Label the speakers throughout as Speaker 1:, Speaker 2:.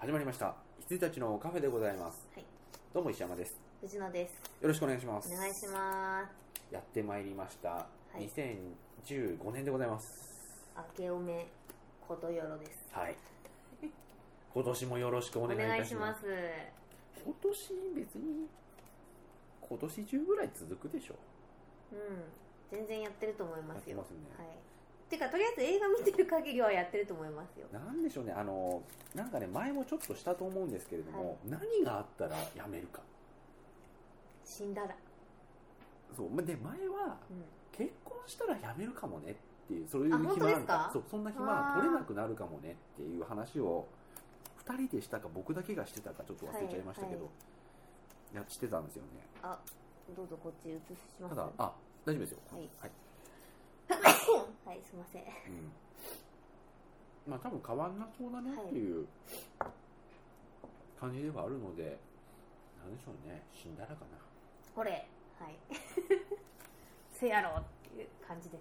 Speaker 1: 始まりました羊たちのカフェでございます
Speaker 2: はい、
Speaker 1: どうも石山です
Speaker 2: 藤野です。
Speaker 1: よろしくお願いします
Speaker 2: お願いします。
Speaker 1: やってまいりました、
Speaker 2: い
Speaker 1: 2015年でございます
Speaker 2: 明けおめことよろです。
Speaker 1: はい今年もよろしくお
Speaker 2: お
Speaker 1: 願いい
Speaker 2: 願
Speaker 1: た
Speaker 2: い
Speaker 1: し
Speaker 2: し
Speaker 1: ま
Speaker 2: ますす。
Speaker 1: 今年別に今年中ぐらい続くでしょ
Speaker 2: うん、全然やってると思いますよ。
Speaker 1: やってます
Speaker 2: はい。てかとりあえず映画見てる限りはやってると思いますよ。
Speaker 1: なんでしょうねあのなんかね前もちょっとしたと思うんですけれども、
Speaker 2: はい
Speaker 1: 何があったらやめるか
Speaker 2: 死んだら、
Speaker 1: そうまで前は
Speaker 2: う
Speaker 1: 結婚したらやめるかもねっていうそういう
Speaker 2: あ
Speaker 1: 暇なん
Speaker 2: 本当です
Speaker 1: だ
Speaker 2: か
Speaker 1: そうそんな暇
Speaker 2: あー
Speaker 1: 取れなくなるかもねっていう話を2人でしたか僕だけがしてたかちょっと忘れちゃいましたけど、
Speaker 2: はいはい
Speaker 1: やしてたんですよね
Speaker 2: ん、どうぞこっち移します。
Speaker 1: ただあ大丈夫ですよ
Speaker 2: はい
Speaker 1: はい
Speaker 2: はい、すいません。
Speaker 1: うん、まあ多分変わんなそうだねっていう感じではあるのでなんでしょうね死んだらかな
Speaker 2: これ、はい。 せやろっていう感じで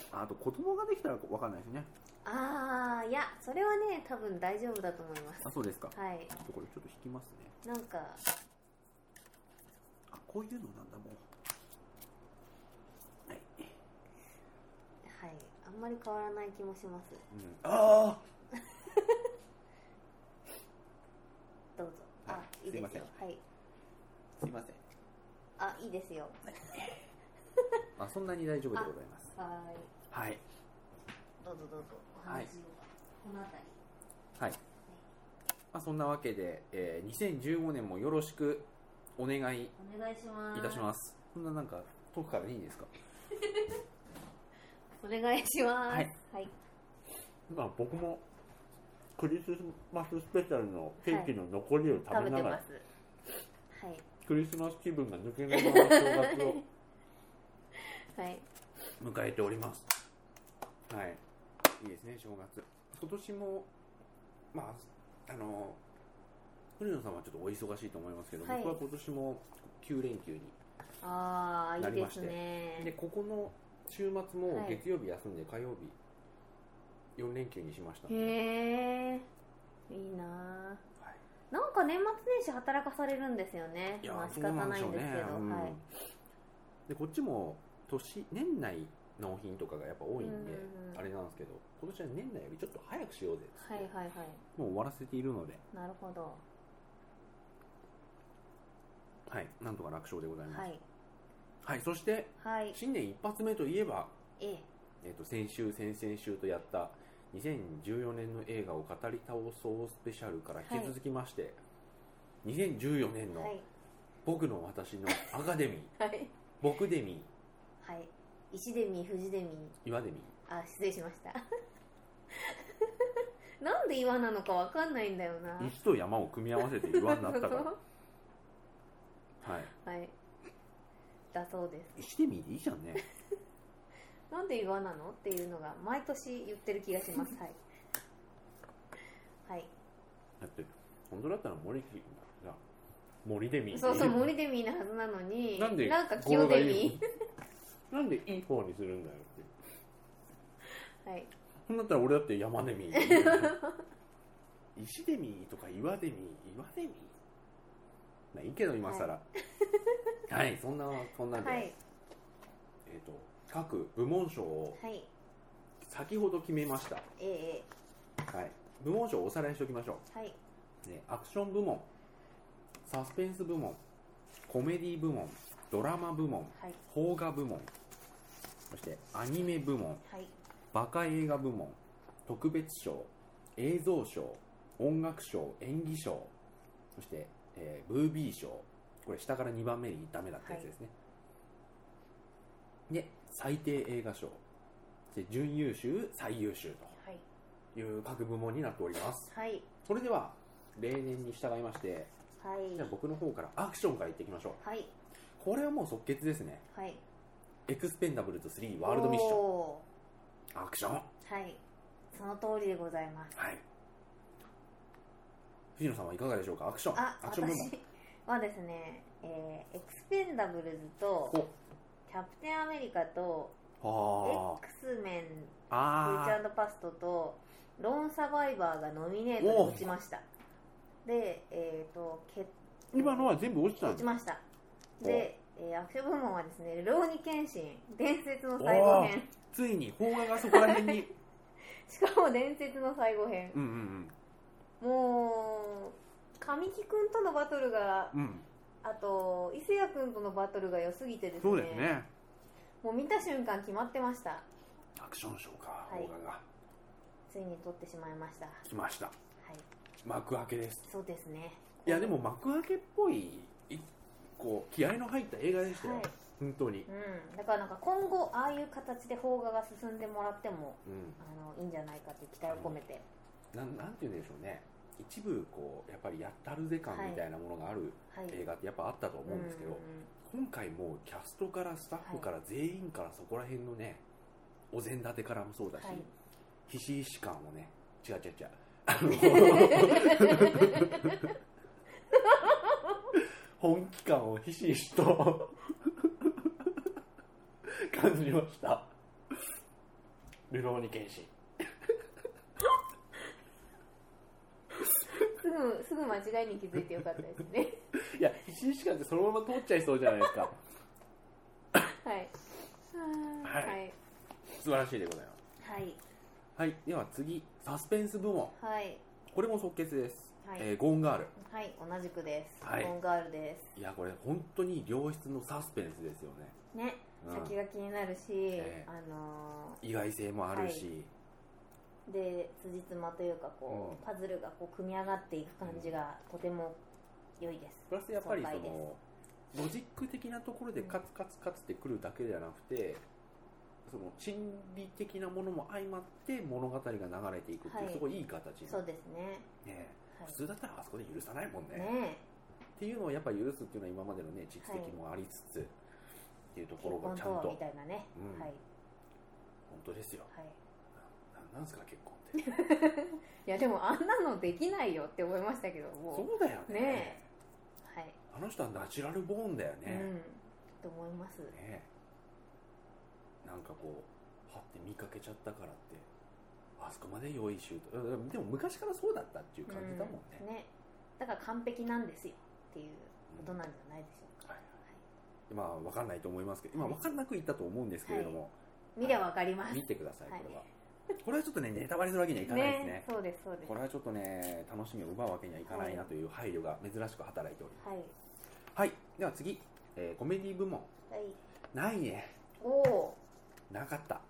Speaker 2: す。
Speaker 1: ああと子供ができたら分かんないですね
Speaker 2: ああ、いや、それはね、多分大丈夫だと思います。
Speaker 1: あそうですかちょ
Speaker 2: はい。
Speaker 1: っとこれちょっと引きますね
Speaker 2: なんか
Speaker 1: あこういうのなんだもうはい、
Speaker 2: はい、あんまり変わらない気もします。
Speaker 1: うん、あ
Speaker 2: どうぞ。あ
Speaker 1: は、い
Speaker 2: いいですよ。
Speaker 1: すいま
Speaker 2: はい。
Speaker 1: あすいません
Speaker 2: あ、いいですよ。
Speaker 1: あそんなに大丈夫でございます
Speaker 2: はーい。
Speaker 1: はい
Speaker 2: どうぞどうぞ。お
Speaker 1: はい
Speaker 2: 話を。このあたり。
Speaker 1: はい、まあ、そんなわけで、えー2015年もよろしくお願い
Speaker 2: お願いします。
Speaker 1: いたしますそんななんか遠くからでいいんですか
Speaker 2: す。お願いします。
Speaker 1: はい。
Speaker 2: はい。
Speaker 1: まあ僕もクリスマススペシャルのケーキの残りを食べ
Speaker 2: 食べ
Speaker 1: な
Speaker 2: て
Speaker 1: がら、
Speaker 2: ます。はい。
Speaker 1: クリスマス気分が抜けないまま正月を
Speaker 2: はい。
Speaker 1: 迎えておりますはいいいですね正月今年もまああの古野さんはちょっとお忙しいと思いますけど、
Speaker 2: はい
Speaker 1: 僕は今年も9連休に
Speaker 2: ああ、
Speaker 1: ない
Speaker 2: い
Speaker 1: りまし
Speaker 2: で
Speaker 1: て
Speaker 2: す
Speaker 1: で
Speaker 2: ね。
Speaker 1: ここの週末も
Speaker 2: はい
Speaker 1: 月曜日休んで火曜日4連休にしましたんで
Speaker 2: へえ。いいな
Speaker 1: はい
Speaker 2: ー。なんか年末年始働かされるんですよね。
Speaker 1: いや
Speaker 2: まあ
Speaker 1: そ
Speaker 2: 仕
Speaker 1: う
Speaker 2: 方
Speaker 1: なん
Speaker 2: な
Speaker 1: で
Speaker 2: い
Speaker 1: しょ
Speaker 2: ん
Speaker 1: う
Speaker 2: で
Speaker 1: ね
Speaker 2: すけど、
Speaker 1: うん
Speaker 2: はい。
Speaker 1: でこっちも年年内納品とかがやっぱ多いんで
Speaker 2: うんうん
Speaker 1: あれなんですけど今年は年内よりちょっと早くしようぜっつって
Speaker 2: はいはいはい。
Speaker 1: もう終わらせているので
Speaker 2: なるほど。
Speaker 1: はいなんとか楽勝でございます
Speaker 2: はい。
Speaker 1: はい、そして
Speaker 2: はい。
Speaker 1: 新年一発目といえば、
Speaker 2: ええ。
Speaker 1: えっと先週先々週とやった2014年の映画を語り倒そうスペシャルから引き続きまして、2014年
Speaker 2: は
Speaker 1: の
Speaker 2: い。
Speaker 1: 僕の私のアカ デミー
Speaker 2: はい。
Speaker 1: 僕デミ
Speaker 2: はい。石デミ、藤デミ。
Speaker 1: ー岩デミー
Speaker 2: あ、失礼しました。 なんで岩なのかわかんないんだよな。
Speaker 1: 石と山を組み合わせて岩になったからは
Speaker 2: はい。だそうです。
Speaker 1: い石デミーでいいじゃんね
Speaker 2: なんで岩なのっていうのが毎年言ってる気がします。はい。はい。
Speaker 1: だって本当だったら森木が森デミーって
Speaker 2: そうそ
Speaker 1: 言
Speaker 2: う、
Speaker 1: えば
Speaker 2: 森デミなはずなのに、
Speaker 1: なんで
Speaker 2: なんか
Speaker 1: 語呂が
Speaker 2: 清デ
Speaker 1: いい
Speaker 2: ミ。
Speaker 1: 方 なんでいい方にするんだよって
Speaker 2: はい。
Speaker 1: そんだったら俺だって山デミー石デミーとか岩デミー岩デミーまあいいけど今更はい、そんなそんなんで、
Speaker 2: はい。
Speaker 1: えっ、と各部門賞を
Speaker 2: はい。
Speaker 1: 先ほど決めました、
Speaker 2: え
Speaker 1: はい、部門賞をおさらいしておきましょ
Speaker 2: えはい。
Speaker 1: う、ね、アクション部門サスペンス部門コメディ部門ドラマ部門
Speaker 2: はい。
Speaker 1: 邦画部門そしてアニメ部門
Speaker 2: はい。
Speaker 1: バカ映画部門特別賞映像賞音楽賞演技賞そして、えー、ムービー賞これ下から2番目にダメだったやつですね、で最低映画賞そして準優秀最優秀
Speaker 2: はい。
Speaker 1: という各部門になっております
Speaker 2: はい。
Speaker 1: それでは例年に従いまして
Speaker 2: はい
Speaker 1: じゃあ。僕の方からアクションからいっていきましょう
Speaker 2: はい。
Speaker 1: これはもう即決ですね
Speaker 2: はい。
Speaker 1: エクスペンダブルズ3ワールドミッション
Speaker 2: ョン。
Speaker 1: アクションは
Speaker 2: はい、その通りでございます。
Speaker 1: い藤野さんはいかがでしょうかアクション
Speaker 2: あ、
Speaker 1: アクション部門
Speaker 2: 私はですね、えーエクスペンダブルズと、キャプテンアメリカと、
Speaker 1: お
Speaker 2: X メン、
Speaker 1: あ
Speaker 2: フューチャ
Speaker 1: あ
Speaker 2: ーパストと、ローンサバイバーがノミネートに落ちました。で、えー、とけ
Speaker 1: 今のは全部落ちたん
Speaker 2: 落
Speaker 1: です
Speaker 2: ちましたで、えー、アクション部門はですね「浪人剣心伝説の最後編
Speaker 1: ついに邦画がそこら辺 に」
Speaker 2: しかも伝説の最後編
Speaker 1: うんうん
Speaker 2: もう神木君とのバトルが
Speaker 1: うんうん
Speaker 2: あと伊勢谷君とのバトルが良すぎてですね
Speaker 1: そうですね
Speaker 2: もう見た瞬間決まってました
Speaker 1: アクションショーか
Speaker 2: はい
Speaker 1: 邦画が
Speaker 2: ついに撮ってしまいましたは
Speaker 1: 来ました
Speaker 2: い
Speaker 1: 幕開けです
Speaker 2: そうですね
Speaker 1: いやでも幕開けっぽいいこう気合の入った映画でしたよ、
Speaker 2: はい
Speaker 1: 本当に、
Speaker 2: うん、だからなんか今後ああいう形で邦画が進んでもらっても
Speaker 1: うん、
Speaker 2: あのいいんじゃないかという期待を込めて、
Speaker 1: なんなんて言うんでしょうね一部こうやっぱりやったるぜ感みたいなものがある
Speaker 2: はい、
Speaker 1: 映画ってやっぱあったと思うんですけど、今回もうキャストからスタッフから全員からそこら辺のねお膳立てからもそうだし、
Speaker 2: はい
Speaker 1: ひしひし感をね違う違う違うあの本気感をひしひしと感じましたルローニケンシン
Speaker 2: うんうんすぐすぐ間違いに気づいてよかったで すね
Speaker 1: いやひしひし感ってそのまま通っちゃいそうじゃないですか
Speaker 2: はいは
Speaker 1: はい素晴らしいでございます
Speaker 2: はい
Speaker 1: はいでは次サスペンス部門
Speaker 2: はい
Speaker 1: これも即決です、
Speaker 2: はい、
Speaker 1: えーゴーンガール
Speaker 2: はい、同じくです、
Speaker 1: はい
Speaker 2: ゴンガールです
Speaker 1: いやこれ本当に良質のサスペンスですよね、
Speaker 2: ね、
Speaker 1: うん
Speaker 2: 先が気になるし、
Speaker 1: ええ
Speaker 2: あの
Speaker 1: 意外性もあるし、
Speaker 2: ーで辻褄というかこう、パズルがこう組み上がっていく感じがとても良いです、
Speaker 1: プラスやっぱりそ
Speaker 2: 爽快で
Speaker 1: のロジック的なところでカツカツカツってくるだけじゃなくて、その心理的なものも相まって物語が流れていくっていう、
Speaker 2: はい
Speaker 1: すごいいい形に
Speaker 2: そうですね
Speaker 1: ね
Speaker 2: はい
Speaker 1: 普通だったらあそこで許さないもんね
Speaker 2: ね
Speaker 1: っていうのをやっぱ許すっていうのは今までのね実績もありつつ、っていうと
Speaker 2: え
Speaker 1: こ
Speaker 2: 結
Speaker 1: ろが
Speaker 2: 婚
Speaker 1: ちゃん
Speaker 2: とは
Speaker 1: と
Speaker 2: みたいなね、
Speaker 1: うん
Speaker 2: はい
Speaker 1: 本当ですよ
Speaker 2: はい
Speaker 1: ななんですか結婚って
Speaker 2: いやでもあんなのできないよって思いましたけど
Speaker 1: そ
Speaker 2: も
Speaker 1: うだよね
Speaker 2: ねうはい、
Speaker 1: あの人はナチュラルボーンだよね、
Speaker 2: うんと思います
Speaker 1: ねえなんかこうはって見かけちゃったからってあそこまで用意しゅうとうんでも昔からそうだったっていう感じだもんね,、
Speaker 2: うんねだから完璧なんですよっていう
Speaker 1: うん
Speaker 2: ことなんじゃないでしょうか、
Speaker 1: はいまあ分かんないと思いますけど今分かんなく言ったと思うんですけれども、
Speaker 2: 見りゃわかります、
Speaker 1: 見てください
Speaker 2: はい
Speaker 1: これは、これはちょっとねネタバレするわけにはいかないですね
Speaker 2: ねそうですそうです
Speaker 1: これはちょっとね楽しみを奪うわけにはいかないな
Speaker 2: はい
Speaker 1: という配慮が珍しく働いております
Speaker 2: はい
Speaker 1: はいでは次、えーコメディ部門
Speaker 2: はい
Speaker 1: ないね
Speaker 2: おお
Speaker 1: なかった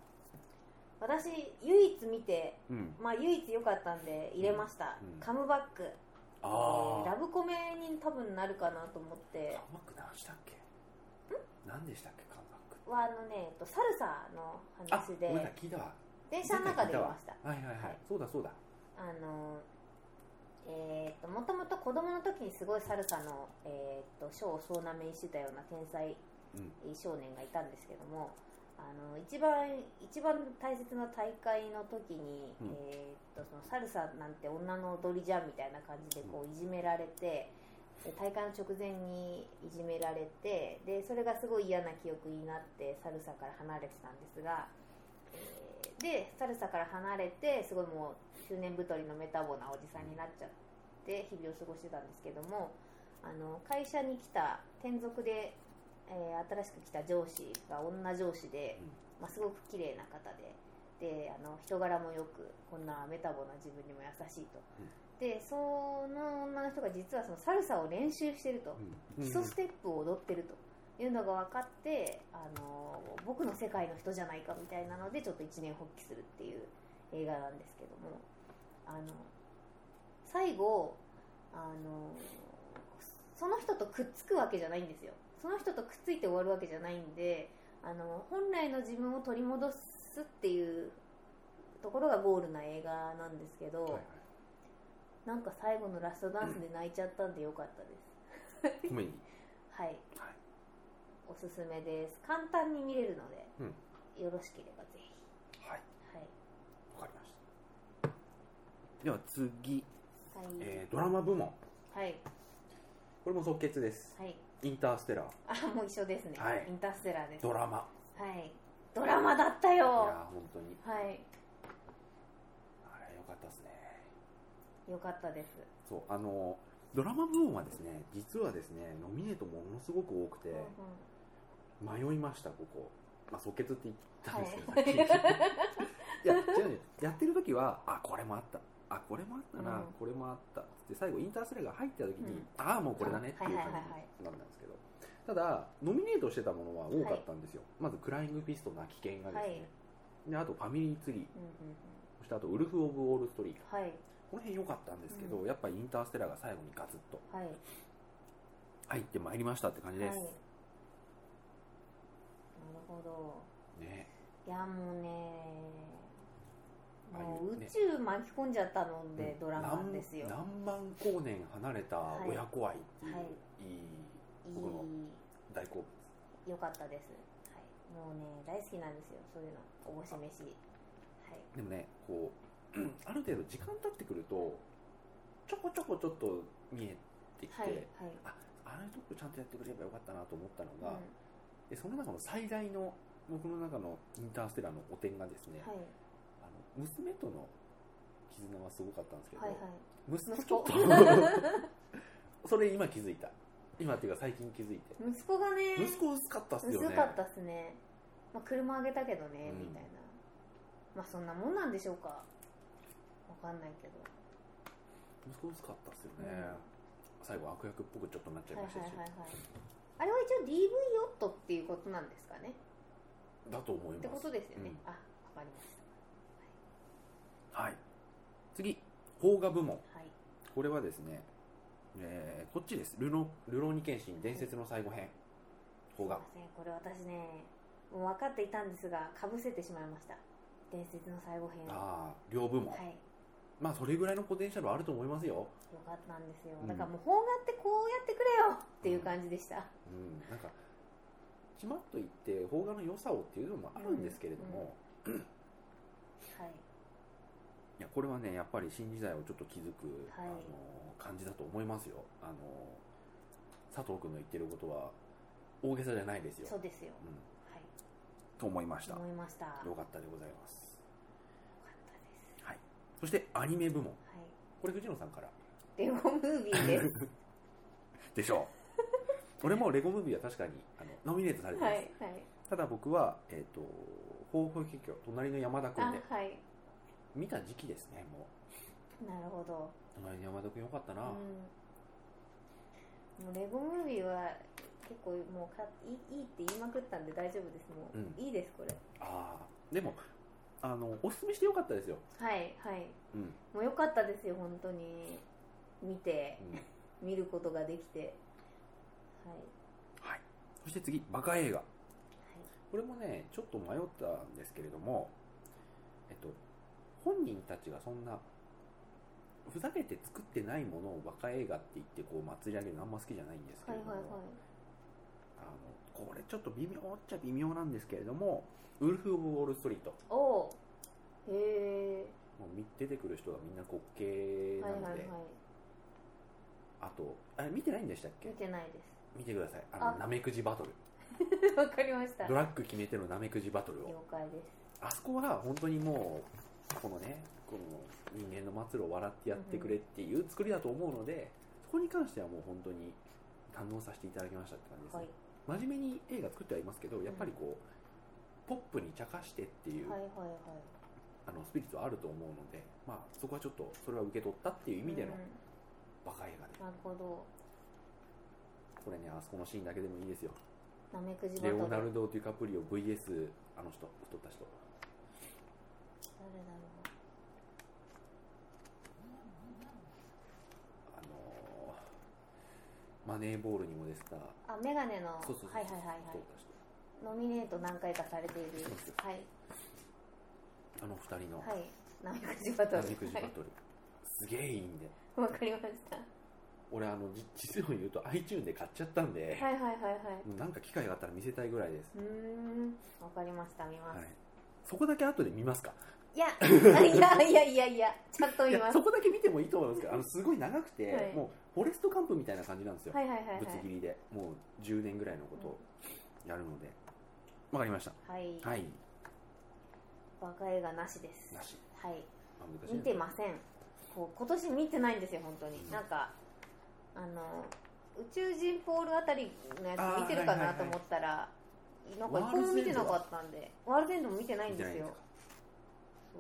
Speaker 2: 私唯一見て
Speaker 1: うん
Speaker 2: まあ唯一良かったんで入れました、
Speaker 1: うんうん
Speaker 2: カムバック
Speaker 1: あ
Speaker 2: ラ
Speaker 1: あ
Speaker 2: ブコメに多分なるかなと思って
Speaker 1: カムバック何したっけ何でしたっけカムバックって
Speaker 2: はあのねえっとサルサの
Speaker 1: あ、
Speaker 2: 話
Speaker 1: ごめんなさい聞
Speaker 2: で
Speaker 1: いたわ
Speaker 2: 電車の中で見ました
Speaker 1: はいはいはい、
Speaker 2: はい
Speaker 1: そうだそうだ
Speaker 2: あのえー、ともともと子供の時にすごいサルサの、えー、とショーを総なめにしてたような天才
Speaker 1: うん
Speaker 2: 少年がいたんですけどもあの一番一番大切な大会の時に、
Speaker 1: うん
Speaker 2: えーっとそのサルサなんて女の踊りじゃんみたいな感じでこういじめられて、で大会の直前にいじめられてでそれがすごい嫌な記憶になってサルサから離れてたんですが、えーでサルサから離れてすごいもう中年太りのメタボなおじさんになっちゃって日々を過ごしてたんですけどもあの会社に来た転属で、えー新しく来た上司が女上司で、まあ、すごく綺麗な方でであの人柄もよくこんなメタボな自分にも優しいと、
Speaker 1: うん
Speaker 2: でその女の人が実はそのサルサを練習してると、
Speaker 1: うん
Speaker 2: 基礎ステップを踊ってるというのが分かってあの僕の世界の人じゃないかみたいなのでちょっと一年発起するっていう映画なんですけどもあの最後あのその人とくっつくわけじゃないんですよその人とくっついて終わるわけじゃないんであの本来の自分を取り戻すっていうところがゴールな映画なんですけど、
Speaker 1: はいは
Speaker 2: なんか最後のラストダンスで泣いちゃったんでよかったです、
Speaker 1: いコメディ
Speaker 2: はい、
Speaker 1: はい
Speaker 2: おすすめです簡単に見れるので、よろしければぜひ、
Speaker 1: はい
Speaker 2: は
Speaker 1: わかりましたでは次、
Speaker 2: いはい、
Speaker 1: えードラマ部門
Speaker 2: はい
Speaker 1: これも即決です
Speaker 2: はい
Speaker 1: インターステラー
Speaker 2: あもう一緒ですね、
Speaker 1: はい
Speaker 2: インターステラーです
Speaker 1: ドラマ
Speaker 2: はいドラマだった
Speaker 1: いや
Speaker 2: よ
Speaker 1: ー本当に
Speaker 2: は
Speaker 1: あ
Speaker 2: い
Speaker 1: れ良かったですね
Speaker 2: よかったです
Speaker 1: そうあのドラマ部門はですね実はですねノミネートものすごく多くて
Speaker 2: う
Speaker 1: 迷いましたここ、まあ、即決って言ったんですけど、
Speaker 2: はい
Speaker 1: さっきいや違うねやってる時はあこれもあったあこれもあったな、
Speaker 2: うん
Speaker 1: これもあったで最後インタースレが入った時に、
Speaker 2: うん
Speaker 1: ああもうこれだねっていう感
Speaker 2: はいはいはいはい
Speaker 1: じになったんですけどただノミネートしてたものは多かったんですよ、まず「クライングピストな危険」がですね、であと「ファミリーツリー
Speaker 2: んうんうん」
Speaker 1: そしてあと「ウルフ・オブ・ウォール・ストリート
Speaker 2: はい」
Speaker 1: この辺良かったんですけど、
Speaker 2: う
Speaker 1: やっぱりインターステラーが最後にガツッと
Speaker 2: はい
Speaker 1: 入ってまいりましたって感じ
Speaker 2: はい
Speaker 1: で
Speaker 2: な
Speaker 1: す、
Speaker 2: るほど
Speaker 1: ね
Speaker 2: いやもうね
Speaker 1: ああいう
Speaker 2: もう宇
Speaker 1: ね
Speaker 2: 宙巻き込んじゃったので、ドラマですよ
Speaker 1: 何何万光年離れた親子愛っていう、
Speaker 2: はい
Speaker 1: い
Speaker 2: はい
Speaker 1: い
Speaker 2: い
Speaker 1: 僕の
Speaker 2: い
Speaker 1: 大好物
Speaker 2: 良かったです、はい、もうね大好きなんですよそういうのおぼし飯はい
Speaker 1: でもねこううんある程度時間経ってくるとちょこちょこちょっと見えてきて、
Speaker 2: はいはい
Speaker 1: あれとこちゃんとやってくれればよかったなと思ったの
Speaker 2: うん
Speaker 1: が、でその中の最大の僕の中のインターステラーの汚点がですね、
Speaker 2: はい
Speaker 1: あの娘との絆はすごかったんですけど、
Speaker 2: はいはい
Speaker 1: 娘
Speaker 2: 息
Speaker 1: ちょ
Speaker 2: 子
Speaker 1: っと それ今気づいた今っていうか最近気づいて
Speaker 2: 息子がね
Speaker 1: 息子薄かったっすよね
Speaker 2: 薄かったっすね、まあ、車あげたけどね、
Speaker 1: うん
Speaker 2: みたいなまあそんなもんなんでしょうかわかんないけど、
Speaker 1: 息子薄かったっすよ
Speaker 2: うん
Speaker 1: ね、最後悪役っぽくちょっとなっちゃい
Speaker 2: はい
Speaker 1: ました
Speaker 2: はい
Speaker 1: し、
Speaker 2: はいはいあれは一応 DV 夫っていうことなんですかね
Speaker 1: だと思い
Speaker 2: っ
Speaker 1: ます
Speaker 2: てことですよね、
Speaker 1: うん
Speaker 2: あわかりまし
Speaker 1: はい次邦画部門
Speaker 2: たはい
Speaker 1: これはですね、えーこっちですルロルローニケンシン伝説の最後編邦画
Speaker 2: すいませんこれ私ねもう分かっていたんですがかぶせてしまいました伝説の最後編は
Speaker 1: ああ両部門、
Speaker 2: い
Speaker 1: まあそれぐらいのポテンシャルあると思いますよ、
Speaker 2: よかったんですよ
Speaker 1: うん
Speaker 2: だからもう邦画ってこうやってくれよっていう感じでした、
Speaker 1: うん、なんかちまっと言って邦画の良さをっていうのもあるんですけれども、
Speaker 2: うんはい
Speaker 1: いやこれはねやっぱり新時代をちょっと気づく、
Speaker 2: はい
Speaker 1: あの感じだと思いますよあの佐藤君の言ってることは大げさじゃないですよ
Speaker 2: そうですよ
Speaker 1: うん、
Speaker 2: はい
Speaker 1: と思いましたよ
Speaker 2: 思いましたよかっ
Speaker 1: かったでございます
Speaker 2: たです
Speaker 1: そしてアニメ部門
Speaker 2: はい
Speaker 1: これ藤野さんから
Speaker 2: レゴムービ ーです
Speaker 1: でしょう 俺もレゴムービーは確かにあのノミネートされて
Speaker 2: は
Speaker 1: ま
Speaker 2: い
Speaker 1: す、
Speaker 2: はい
Speaker 1: ただ僕はえっ、と報復結局隣の山田君
Speaker 2: あ
Speaker 1: で
Speaker 2: はい
Speaker 1: 見た時期ですねも
Speaker 2: なるほど
Speaker 1: う隣の山田君よかったな、
Speaker 2: うんもうレゴムービーは結構もうかいいいいって言いまくったんで大丈夫ですもう、
Speaker 1: うん
Speaker 2: いいですこれ
Speaker 1: ああでもあのおすすめしてよかったですよ
Speaker 2: はいはい
Speaker 1: うん
Speaker 2: もう良かったですよ本当に見て
Speaker 1: うん
Speaker 2: 見ることができてはい
Speaker 1: はい、そして次、バカ映画。
Speaker 2: はい
Speaker 1: これもね、ちょっと迷ったんですけれども、えっと、本人たちがそんな、ふざけて作ってないものをバカ映画って言ってこう祭り上げるのあんま好きじゃないんですけ
Speaker 2: は
Speaker 1: れ
Speaker 2: い
Speaker 1: ども、
Speaker 2: はいはい
Speaker 1: あのこれちょっと微妙っちゃ微妙なんですけれども、ウルフ・オブ・ウォール・ストリート、
Speaker 2: おおうへえ
Speaker 1: もうみ出てくる人がみんな滑稽
Speaker 2: は
Speaker 1: ないの
Speaker 2: はい
Speaker 1: で、
Speaker 2: はい
Speaker 1: あと、あれ見てないんでしたっけ
Speaker 2: 見てないで
Speaker 1: 見てください、あの
Speaker 2: あ
Speaker 1: なめくじバトル、
Speaker 2: す わかりました
Speaker 1: ド
Speaker 2: 了
Speaker 1: ラッグ決めてのなめくじバトルを。
Speaker 2: 解です
Speaker 1: あそこは本当にもうこのねこの人間の末路を笑ってやってくれっていう作りだと思うのでそこに関してはもう本当に堪能させていただきましたって感じですね
Speaker 2: はい、
Speaker 1: 真面目に映画作ってはいますけどやっぱりこうポップに茶化してっていう、
Speaker 2: はいはいはい
Speaker 1: あのスピリッツはあると思うので、まあ、そこはちょっとそれは受け取ったっていう意味での
Speaker 2: うん
Speaker 1: バカ映画で、
Speaker 2: なるほど
Speaker 1: これねあそこのシーンだけでもいいですよ
Speaker 2: なめくじバ
Speaker 1: レ
Speaker 2: トル
Speaker 1: オナルド・デュカプリオ VS あの人太った人
Speaker 2: 誰だろう
Speaker 1: あのーマネーボールにも出てた
Speaker 2: あメガネの
Speaker 1: そうそうそう
Speaker 2: はいはいはいは
Speaker 1: 太
Speaker 2: い
Speaker 1: った人
Speaker 2: ノミネート何回かされている
Speaker 1: そうそう
Speaker 2: はい
Speaker 1: あの二人の
Speaker 2: はいなめくじバトル
Speaker 1: なめくじバトル、すげえいいんで
Speaker 2: はいわかりました
Speaker 1: 俺あのじ実を言うと iTune で買っちゃったんで、
Speaker 2: はいはいはいはい
Speaker 1: もうなんか機会があったら見せたいぐらいです、
Speaker 2: うーん、わかりました、見ます。
Speaker 1: はい、そこだけ後で見ますか
Speaker 2: い、や、 いやいやいやいや、ちゃんと
Speaker 1: い
Speaker 2: 見
Speaker 1: や
Speaker 2: ます。
Speaker 1: そこだけ見てもいいと思いますけどあのすごい長くて、
Speaker 2: はい
Speaker 1: もうフォレストカンプみたいな感じなんですよ、
Speaker 2: はいはいはいはい。
Speaker 1: ぶつ切りでもう10年ぐらいのことをやるのでわかりました
Speaker 2: はい、
Speaker 1: はい
Speaker 2: バカ映画なしです。
Speaker 1: なし
Speaker 2: はい、
Speaker 1: あ難しい
Speaker 2: 見てません。こう今年見てないんですよ本当に、
Speaker 1: うん
Speaker 2: なんかあの宇宙人ポールあたりのや
Speaker 1: あー
Speaker 2: つ見てるか
Speaker 1: はいはいは
Speaker 2: ないと思ったら、なんか
Speaker 1: ワ
Speaker 2: 一
Speaker 1: ー
Speaker 2: 個
Speaker 1: ル
Speaker 2: も
Speaker 1: ズ
Speaker 2: 見てなかったんでワールドエンドも見てないん
Speaker 1: 見て
Speaker 2: で
Speaker 1: ない
Speaker 2: す
Speaker 1: んで
Speaker 2: よ
Speaker 1: すか
Speaker 2: そ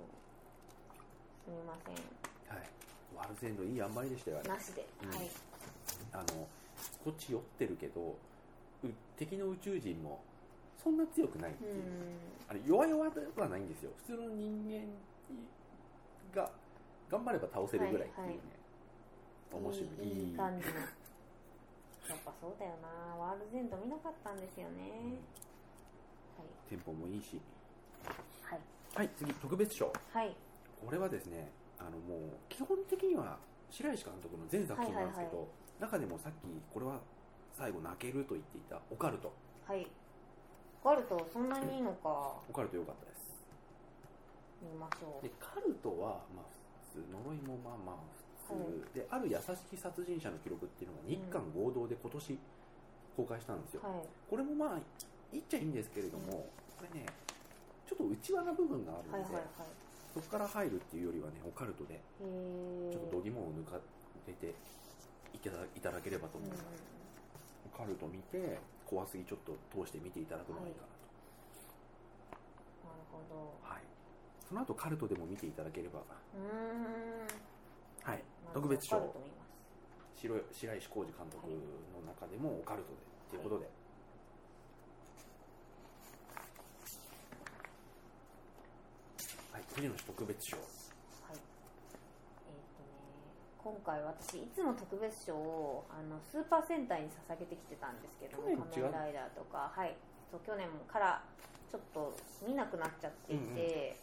Speaker 2: うすみません
Speaker 1: はいワールズエンドいいあんまりでしたよあれ
Speaker 2: なしで、
Speaker 1: うん
Speaker 2: はい
Speaker 1: あのこっち酔ってるけどう敵の宇宙人もそんな強くないって
Speaker 2: う
Speaker 1: いう、
Speaker 2: ん
Speaker 1: あれ弱々ではないんですよ普通の人間が頑張れば倒せるぐらいっていうね、面白い
Speaker 2: いいいい感じのやっぱそうだよなワールドエンド見なかったんですよね、
Speaker 1: うんテンポもいいし
Speaker 2: はい
Speaker 1: はい次特別賞
Speaker 2: はいはい
Speaker 1: これはですねあのもう基本的には白石監督の全作品なんですけど、
Speaker 2: はいはいは
Speaker 1: 中でもさっきこれは最後泣けると言っていたオカルト
Speaker 2: はいガルトそんなにいいのか
Speaker 1: オカルト良かったです
Speaker 2: 見ましょう
Speaker 1: でカルトは、まあ、普通呪いもまあまあ普通、である優しき殺人者の記録っていうのが日韓合同で今年公開したんですよ、
Speaker 2: はい
Speaker 1: これもまあ言っちゃいいんですけれどもこれねちょっと内輪な部分があるんで、
Speaker 2: はいはいはい
Speaker 1: そこから入るっていうよりはねオカルトで
Speaker 2: へえ
Speaker 1: ちょっと度肝を抜かれていただいただければと思います、オカルト見て怖すぎちょっと通して見ていただくのがいいかな
Speaker 2: なるほど
Speaker 1: と、はいその後カルトでも見ていただければ
Speaker 2: うーん
Speaker 1: はい特別賞
Speaker 2: まずわかると思います
Speaker 1: 白白石浩二監督の中でもオカルトでと、いうことで、はい、次の特別賞
Speaker 2: はいえっ、とね今回私いつも特別賞をあのスーパー戦隊に捧げてきてたんですけども
Speaker 1: 去年
Speaker 2: 仮面ライダーとかはいそう去年もからちょっと見なくなっちゃっていて、
Speaker 1: うんうん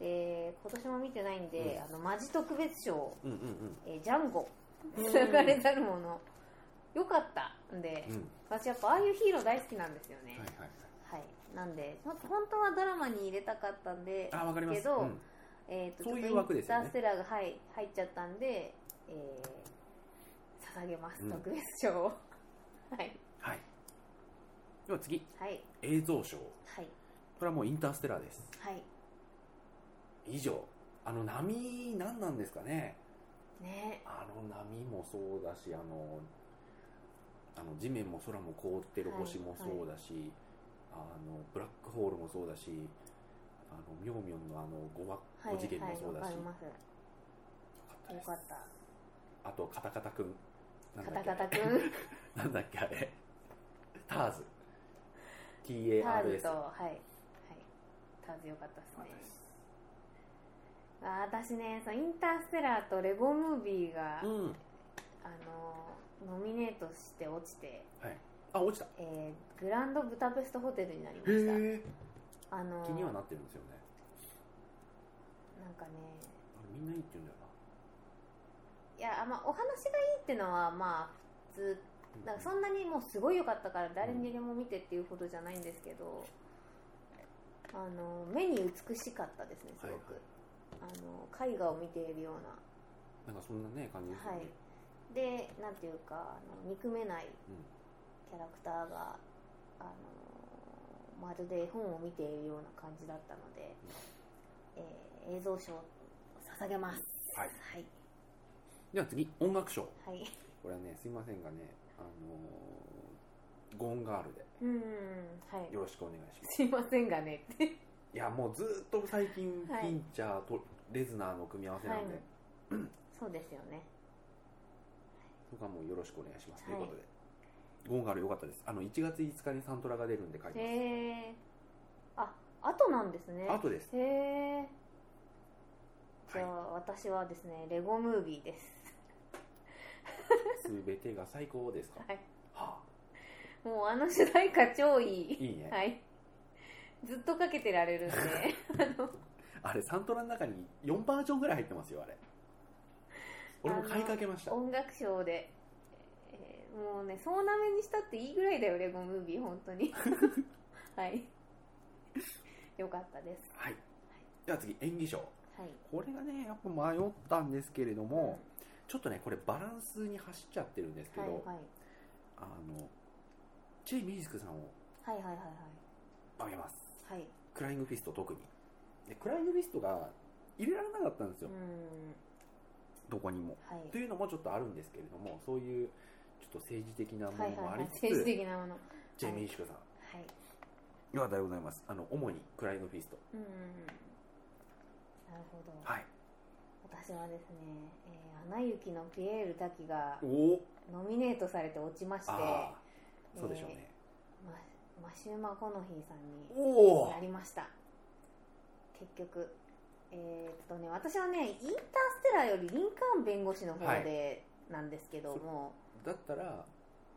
Speaker 2: で今年も見てないんで、あのマジ特別賞、
Speaker 1: うんうん
Speaker 2: えージャンゴ
Speaker 1: うん
Speaker 2: つながれざるものよかったんで、
Speaker 1: うんうん
Speaker 2: 私やっぱああいうヒーロー大好きなんですよ
Speaker 1: はい
Speaker 2: ね
Speaker 1: はいはい
Speaker 2: はい、なんでほん本当はドラマに入れたかったんで、
Speaker 1: あわかります
Speaker 2: けど
Speaker 1: うん
Speaker 2: えー、と
Speaker 1: そういう
Speaker 2: ちょっと
Speaker 1: 枠ですよね
Speaker 2: インターステラーが、はい、入っちゃったんで、えー、捧げます、
Speaker 1: うん
Speaker 2: 特別賞を はい
Speaker 1: はいでは次
Speaker 2: はい
Speaker 1: 映像賞こ
Speaker 2: はい
Speaker 1: れはもうインターステラーです
Speaker 2: はい
Speaker 1: 以上あの波何なんですかね
Speaker 2: ね
Speaker 1: あの波もそうだしあのあの地面も空も凍ってる星もそうだし、あのブラックホールもそうだしあのミョウミョンのあの五ば
Speaker 2: はい
Speaker 1: 五次元もそうだ
Speaker 2: はい、わか
Speaker 1: し、
Speaker 2: ります
Speaker 1: よ
Speaker 2: よ
Speaker 1: か
Speaker 2: か
Speaker 1: っ
Speaker 2: った
Speaker 1: です
Speaker 2: た
Speaker 1: あとカタカタくんなん
Speaker 2: カ
Speaker 1: だ
Speaker 2: タ
Speaker 1: っけ
Speaker 2: カタくん
Speaker 1: なんだっけあれターズ
Speaker 2: ターズ
Speaker 1: TARS
Speaker 2: とはいはいターズよかったですねあー私ねそうインターステラーとレゴムービーが、
Speaker 1: うん
Speaker 2: あのノミネートして落ちて、
Speaker 1: あ落ちた
Speaker 2: えー、グランドブダペストホテルになりました
Speaker 1: え
Speaker 2: あの
Speaker 1: 気にはなってるんですよね
Speaker 2: なんかね
Speaker 1: あれみんないいって言うんだよ
Speaker 2: いやあまあお話がいいってのはまあ普通
Speaker 1: な
Speaker 2: なんかそんなにもうすごい良かったから誰にでも見てっていうほどじゃないんですけど、あの目に美しかったですねすごく、あの絵画を見ているような
Speaker 1: なんかそんなね感じですよね、
Speaker 2: はいでなんていうかあの憎めない
Speaker 1: うん
Speaker 2: キャラクターがあのまるで絵本を見ているような感じだったので、えー映像賞を捧げます
Speaker 1: はい
Speaker 2: はい
Speaker 1: では次音楽賞
Speaker 2: はい、
Speaker 1: これはねすいませんがねあのーゴーンガールで
Speaker 2: うんはい
Speaker 1: よろしくお願いします
Speaker 2: すいませんがねって
Speaker 1: いやもうずっと最近フ
Speaker 2: はい
Speaker 1: ィンチャーとレズナーの組み合わせなんで、
Speaker 2: はいそうですよね
Speaker 1: そこはもうよろしくお願いしますと
Speaker 2: はい
Speaker 1: いうことで、ゴーンガール良かったですあの1月5日にサントラが出るんで書いてます、
Speaker 2: へえあ後なんですね
Speaker 1: あとです
Speaker 2: へえじゃあ、
Speaker 1: は
Speaker 2: 私はですねレゴムービーです
Speaker 1: い、全てが最高ですか
Speaker 2: はい
Speaker 1: は
Speaker 2: もうあの主題歌超
Speaker 1: あ
Speaker 2: いい
Speaker 1: いいね、
Speaker 2: はいずっとかけてら れるんで
Speaker 1: あれサントラの中に4バージョンぐらい入ってますよあれ俺も買いかけました
Speaker 2: 音楽賞で、えーもうねそうなめにしたっていいぐらいだよレゴムービー本 当にはいよかったです
Speaker 1: はいでは次演技賞
Speaker 2: はい
Speaker 1: これがねやっぱ迷ったんですけれども、ちょっとねこれバランスに走っちゃってるんですけ
Speaker 2: はい
Speaker 1: ど、
Speaker 2: はい
Speaker 1: あのチェイ・ミーズクさんを
Speaker 2: はいはいはい
Speaker 1: あげます
Speaker 2: はいはい
Speaker 1: クライングフィスト特にでクライングフィストが入れられなかったんです
Speaker 2: う
Speaker 1: よ、
Speaker 2: ん
Speaker 1: どこにも。
Speaker 2: はい
Speaker 1: というのもちょっとあるんですけれどもそういうちょっと政治的なもの
Speaker 2: はい
Speaker 1: も
Speaker 2: は
Speaker 1: あ
Speaker 2: いは
Speaker 1: り
Speaker 2: い
Speaker 1: つつ、
Speaker 2: 政治的なものは
Speaker 1: ジェイミー・イシコさん
Speaker 2: い
Speaker 1: よかったでございますあの主にクライドフィスト
Speaker 2: うんうんうんなるほど
Speaker 1: はい
Speaker 2: 私はですね、えー、アナ雪のピエール滝が
Speaker 1: おお
Speaker 2: ノミネートされて落ちまして
Speaker 1: ああそうでしょうね、
Speaker 2: まマシューマコノヒーさんに
Speaker 1: おお
Speaker 2: なりました結局えーっとね私はねインターステラーよりリンカーン弁護士の方でなんですけども、
Speaker 1: だったら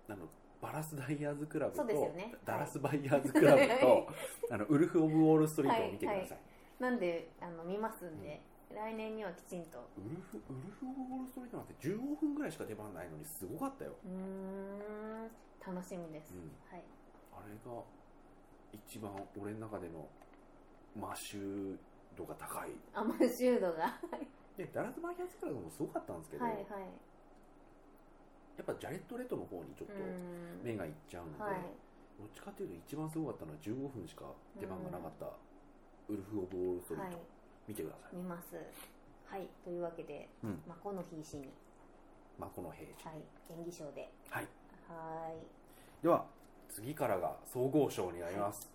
Speaker 1: あのバラス・ダイヤーズ・クラブ
Speaker 2: そ
Speaker 1: と、
Speaker 2: うですよね
Speaker 1: ダラス・バイヤーズ・クラブと、
Speaker 2: はい
Speaker 1: あのウルフ・オブ・ウォール・ストリートを見てください、
Speaker 2: はいはなんであの見ますんで、来年にはきちんと
Speaker 1: ウルフウルフ・オブ・ウォール・ストリートなんて15分ぐらいしか出番ないのにすごかったよ
Speaker 2: うーん楽しみです、
Speaker 1: うん
Speaker 2: はい
Speaker 1: あれが一番俺の中でのマシュー度が高い
Speaker 2: アマシュードがは
Speaker 1: でダラス・バイヤーズ・クラブもすごかったんですけ
Speaker 2: い
Speaker 1: ど、
Speaker 2: はい
Speaker 1: やっぱジャレット・レトの方にちょっ
Speaker 2: う
Speaker 1: と
Speaker 2: ー
Speaker 1: 目
Speaker 2: ん
Speaker 1: がいっちゃうので、
Speaker 2: はい
Speaker 1: どっちかというと一番すごかったのは15分しか出番がなかった、ウルフ・オブ・ウォール・ストリー
Speaker 2: は
Speaker 1: ト、
Speaker 2: い
Speaker 1: 見てください、
Speaker 2: 見ますはいというわけで、
Speaker 1: うん
Speaker 2: マコノヒー氏に、
Speaker 1: まあ、この平時
Speaker 2: はい、演技賞で
Speaker 1: はい
Speaker 2: はーい
Speaker 1: では次からが総合賞になります、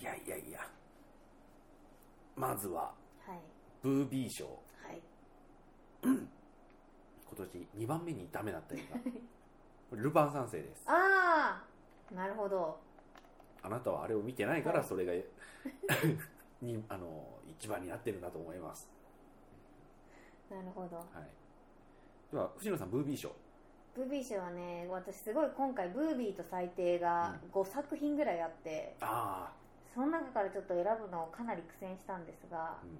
Speaker 1: い、やいやいやまずは
Speaker 2: はい
Speaker 1: ブービー賞
Speaker 2: はい
Speaker 1: 今年2番目にダメだった映画これルパン三世です
Speaker 2: ああなるほど
Speaker 1: あなたはあれを見てないから
Speaker 2: はい
Speaker 1: それが、 にあの一番になってるんだと思います、
Speaker 2: なるほど
Speaker 1: はい、では藤野さんブービー賞
Speaker 2: ブービー賞はね私すごい今回ブービーと最低が5作品ぐらいあって、
Speaker 1: あ
Speaker 2: その中からちょっと選ぶのをかなり苦戦したんですが
Speaker 1: あ、、うん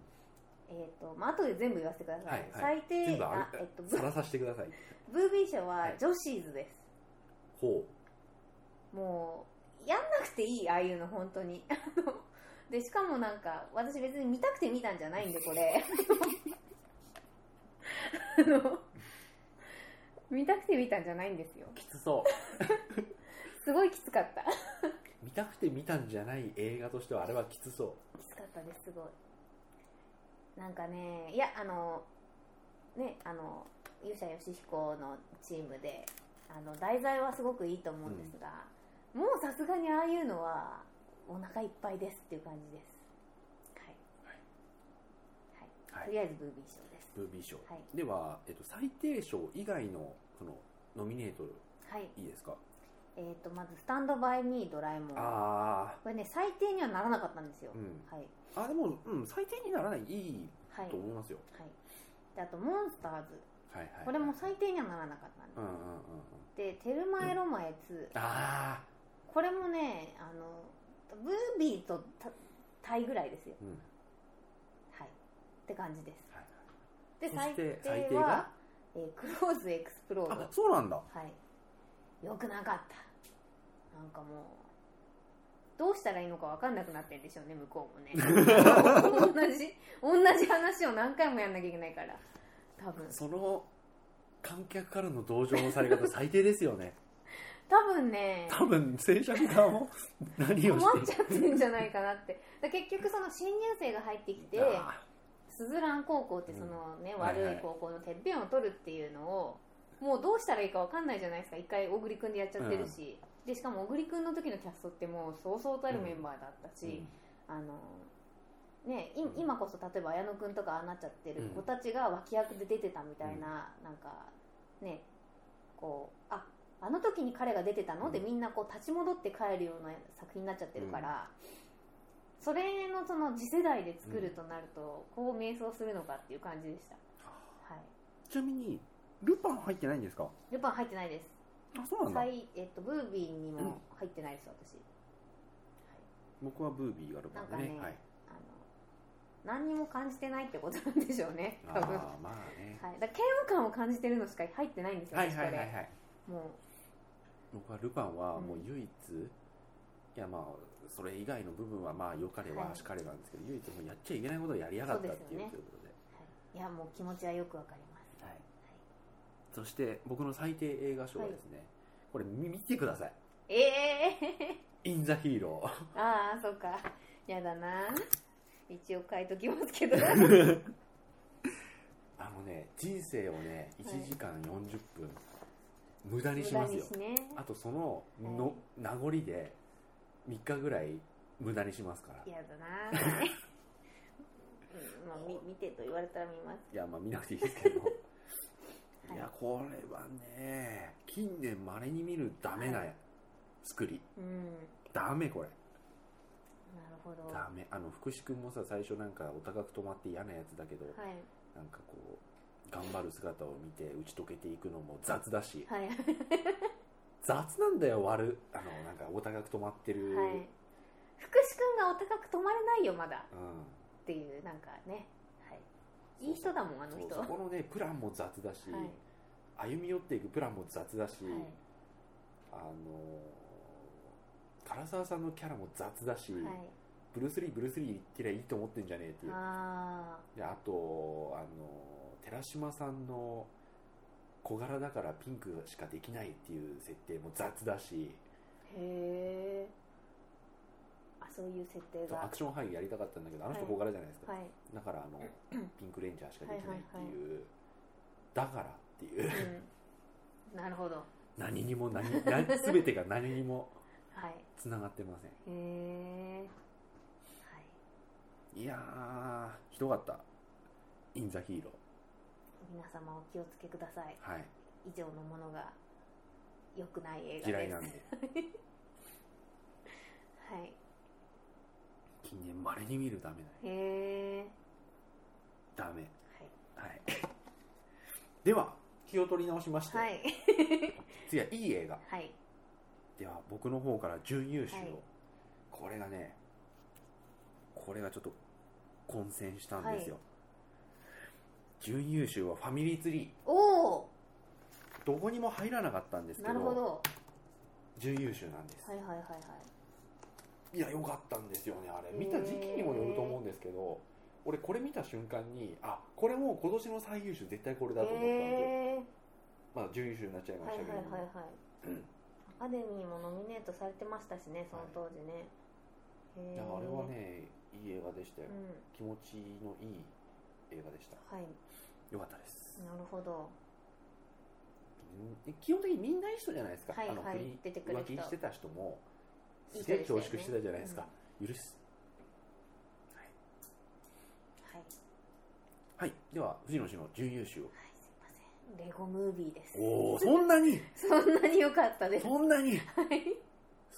Speaker 2: えーとまあ後で全部言わせてください、
Speaker 1: はいは
Speaker 2: 最低
Speaker 1: 全部あ
Speaker 2: あ、
Speaker 1: る
Speaker 2: えっと、ブ
Speaker 1: さらさせてください
Speaker 2: ブービー賞
Speaker 1: は
Speaker 2: はいジョシーズです、
Speaker 1: ほ
Speaker 2: もうやんなくていいああいうの本当に あのでしかもなんか私別に見たくて見たんじゃないんでこれあの見たくて見たんじゃないんですよ
Speaker 1: うきつそう
Speaker 2: すごいきつかった
Speaker 1: 見たくて見たんじゃない映画としてはあれはきつそう
Speaker 2: きつかったですすごいなんかねいやあのねあの勇者ヨシヒコのチームであの題材はすごくいいと思うんですが、もうさすがにああいうのはお腹いっぱいですっていう感じですはい、
Speaker 1: はい
Speaker 2: とりあえずブービー賞です
Speaker 1: ブービー賞、
Speaker 2: はい
Speaker 1: では、えっと、最低賞以外のそのノミネート
Speaker 2: はい
Speaker 1: いいですか、
Speaker 2: えー、とまず「スタンド・バイ・ミー・ドラえもん」こ
Speaker 1: ああ
Speaker 2: れね最低にはならなかったんですよ、
Speaker 1: うん
Speaker 2: はい
Speaker 1: あでも、うん、最低にならないいい
Speaker 2: はい、はい
Speaker 1: と思いますよ、
Speaker 2: であと「モンスターズ
Speaker 1: はい、はいは」い
Speaker 2: これも最低にはならなかったん
Speaker 1: う
Speaker 2: で
Speaker 1: んうんうんうん
Speaker 2: で「テルマエ・ロマエ2」
Speaker 1: ああ
Speaker 2: これもねあのブービーとたタイぐらいですよ
Speaker 1: うん
Speaker 2: はいって感じです
Speaker 1: はい
Speaker 2: で
Speaker 1: そし
Speaker 2: 最
Speaker 1: て
Speaker 2: 低はえークローズエクスプロード
Speaker 1: あそうなんだ
Speaker 2: はいよくなかったなんかもうどうしたらいいのか分かんなくなってるんでしょうね向こ うもね同じ同じ話を何回もやんなきゃいけないから多分
Speaker 1: その観客からの同情のされ 方最低ですよね
Speaker 2: 多分ね
Speaker 1: 多分制作側 も何を
Speaker 2: 困
Speaker 1: し
Speaker 2: ってちゃってるんじゃないかなってだから結局その新入生が入ってきて
Speaker 1: あ
Speaker 2: スズラン高校ってそのね、
Speaker 1: うんはいはい
Speaker 2: 悪い高校のてっぺんを取るっていうのをもうどうしたらいいかわかんないじゃないですか一回小栗君でやっちゃってるし、でしかも小栗君の時のキャストってもうそうそうたるメンバーだった
Speaker 1: ー
Speaker 2: し、あのね、い今こそ例えば綾野君とかああなっちゃってる
Speaker 1: うん
Speaker 2: 子たちが脇役で出てたみたいな、なんかねこうああの時に彼が出てたので
Speaker 1: うん
Speaker 2: みんなこう立ち戻って帰るような作品になっちゃってるから、それのその次世代で作るとなると、こう迷走するのかっていう感じでした、はい、
Speaker 1: ちなみにルパン入ってないんですか
Speaker 2: ルパン入ってないです
Speaker 1: あそうなんだ
Speaker 2: 最、えっと、ブービーにも入ってないです私、はい
Speaker 1: 僕はブービーがルパンでね
Speaker 2: なんかね
Speaker 1: はい、
Speaker 2: あの何にも感じてないってことなんでしょうね多分
Speaker 1: あーまあね
Speaker 2: はい、だから嫌悪感を感じてるのしか入ってないんですよ、
Speaker 1: はいはいはい
Speaker 2: 私こ
Speaker 1: はい
Speaker 2: れも
Speaker 1: 僕はルパンは
Speaker 2: うん
Speaker 1: もう唯一、いやまあそれ以外の部分はまあ良かれ
Speaker 2: は
Speaker 1: はいしかれなんですけど、唯一もうやっちゃいけないことをやりやがったっ
Speaker 2: そう
Speaker 1: て
Speaker 2: です
Speaker 1: いう
Speaker 2: よ
Speaker 1: こ
Speaker 2: ね
Speaker 1: とで
Speaker 2: う、はい、いやもう気持ちはよくわかります
Speaker 1: はいそして僕の最低映画賞はですね、これ見見てください
Speaker 2: ええ
Speaker 1: 「イン・ザ・ヒーロー
Speaker 2: ー、 ああそう かやだな一応書いときますけど」
Speaker 1: ね人生をね
Speaker 2: い
Speaker 1: 1時間40分無駄にし
Speaker 2: 無駄
Speaker 1: ます
Speaker 2: に
Speaker 1: よ
Speaker 2: しね
Speaker 1: あとその
Speaker 2: は
Speaker 1: の
Speaker 2: い
Speaker 1: 名残で3日ぐらい無駄にしますからい
Speaker 2: 嫌だな ぁうんまあ、み見てと言われたら見ます
Speaker 1: やまあ見なくていいですけど
Speaker 2: はい
Speaker 1: いやこれはね近年まれに見るダメな作り
Speaker 2: うん
Speaker 1: ダメこれ
Speaker 2: なるほど
Speaker 1: ダメあの福士君もさ最初なんかお高く泊まって嫌なやつだけど、
Speaker 2: はい
Speaker 1: なんかこう頑張る姿を見て打ち解けていくのも雑だし
Speaker 2: はい
Speaker 1: 雑なんだよ悪あのなんかお高く止まってる、
Speaker 2: はい福士君がお高く止まれないよまだ
Speaker 1: うん
Speaker 2: っていうなんかね、はい、いい人だもんあの人
Speaker 1: そうそこのねプランも雑だし、
Speaker 2: はい
Speaker 1: 歩み寄っていくプランも雑だし、
Speaker 2: はい
Speaker 1: あのー唐沢さんのキャラも雑だし、
Speaker 2: はい、
Speaker 1: ブルース・リーブルース・リー言ってりゃいいと思ってんじゃねえっていう
Speaker 2: あ
Speaker 1: であと、あのー寺島さんの小柄だからピンクしかできないっていう設定も雑だし
Speaker 2: ーへえあそういう設定
Speaker 1: そう
Speaker 2: が
Speaker 1: アクション俳優やりたかったんだけどあの人
Speaker 2: はい
Speaker 1: 小柄じゃないですか、
Speaker 2: はい、
Speaker 1: だからあの ピンクレンジャーしかできないっていう、
Speaker 2: はいはい
Speaker 1: だからっていう
Speaker 2: うん、なるほど
Speaker 1: 何にも何何全てが何にも
Speaker 2: はい
Speaker 1: つながってませ
Speaker 2: へえはい
Speaker 1: んいやーひどかった「イン・ザ・ヒーロ
Speaker 2: 皆様お気をつけください
Speaker 1: ー」はい
Speaker 2: 以上のものが良くない映画です
Speaker 1: 嫌いなんで
Speaker 2: はい
Speaker 1: 近年まれに見るダメだよ
Speaker 2: へえ
Speaker 1: ダメはい では気を取り直しまして、
Speaker 2: はいはい
Speaker 1: 次はいい映画
Speaker 2: はい
Speaker 1: では僕の方から準優秀を、
Speaker 2: はい
Speaker 1: これがねこれがちょっと混戦したんですよ、
Speaker 2: は
Speaker 1: 準優秀はファミリーツリ
Speaker 2: おお
Speaker 1: ーどこにも入らなかったんですけ
Speaker 2: な
Speaker 1: ど
Speaker 2: るほど
Speaker 1: 準優秀なんです、
Speaker 2: はいはいはいはい
Speaker 1: いや良かったんですよねあれ
Speaker 2: へー
Speaker 1: 見た時期にもよると思うんですけど俺これ見た瞬間にあこれもう今年の最優秀絶対これだと思ったんで、
Speaker 2: へえ
Speaker 1: まあ準優秀になっちゃいま
Speaker 2: は
Speaker 1: し
Speaker 2: い
Speaker 1: た
Speaker 2: は
Speaker 1: け
Speaker 2: い
Speaker 1: ど、
Speaker 2: はいはいアカデミーもノミネートされてましたしねその当時ね、へ
Speaker 1: い
Speaker 2: え
Speaker 1: やあれはねいい映画でしたよ
Speaker 2: う、ん
Speaker 1: 気持ちのいい映画でした
Speaker 2: はい
Speaker 1: 良かったです、
Speaker 2: なるほど
Speaker 1: うん基本的にみんないい人じゃないですか、
Speaker 2: はい
Speaker 1: あの
Speaker 2: はい
Speaker 1: 不倫
Speaker 2: 出てくる人
Speaker 1: 浮気してた人も
Speaker 2: いい
Speaker 1: す
Speaker 2: 人
Speaker 1: げえ
Speaker 2: でしたよ
Speaker 1: 恐
Speaker 2: ね
Speaker 1: 縮してたじゃないですか、許す
Speaker 2: はいはい
Speaker 1: はいでは藤野氏の準優秀を
Speaker 2: すいませんレゴムービーです
Speaker 1: おおそんなに
Speaker 2: そんなに良かったです
Speaker 1: そん なに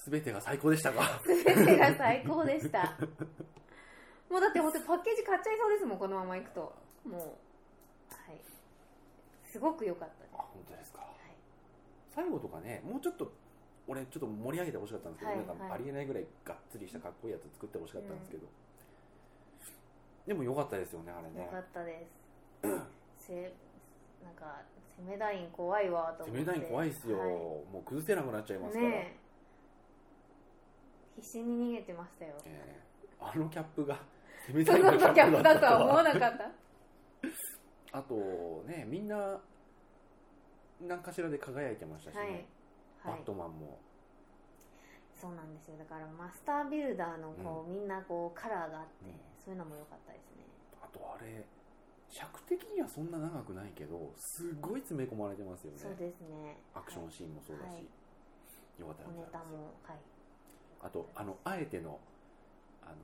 Speaker 1: 全てが最高でしたか
Speaker 2: 全てが最高でした もうだって本当にパッケージ買っちゃいそうですもんこのままいくともうはいすごく良かったです
Speaker 1: あ本当ですか
Speaker 2: はい
Speaker 1: 最後とかねもうちょっと俺ちょっと盛り上げてほしかったんですけど、
Speaker 2: はい
Speaker 1: なん
Speaker 2: はい
Speaker 1: かありえないぐらいがっつりしたかっこいいやつ作ってほしかったんですけど、でも良かったですよねあれ
Speaker 2: よ
Speaker 1: ね
Speaker 2: かったです。せなんか攻めダイン怖いわと
Speaker 1: 攻
Speaker 2: 思っ
Speaker 1: め
Speaker 2: て。
Speaker 1: ライン怖いですよ、
Speaker 2: は
Speaker 1: もう崩せなくなっちゃいますから、
Speaker 2: ねえ必死に逃げてましたよ。
Speaker 1: えーあのキャップが攻め
Speaker 2: そ
Speaker 1: ライン
Speaker 2: んなキャップだとは思わ
Speaker 1: い
Speaker 2: な かった。
Speaker 1: あとねみんな何かしらで輝いてましたしね、
Speaker 2: はいは
Speaker 1: バ
Speaker 2: い
Speaker 1: ッ。トマンも
Speaker 2: そうなんですよ。だからマスタービルダーのこう、みんなこうカラーがあって、
Speaker 1: うん
Speaker 2: そういうのも良かったですね。
Speaker 1: あとあれ尺的にはそんな長くないけどすごい詰め込まれてますよね
Speaker 2: そうですね。
Speaker 1: アクションシーンもそうだし、
Speaker 2: はい
Speaker 1: よかった
Speaker 2: お
Speaker 1: よ
Speaker 2: ネ
Speaker 1: か
Speaker 2: タ
Speaker 1: ったです
Speaker 2: もはい。
Speaker 1: あとあのあえてのあの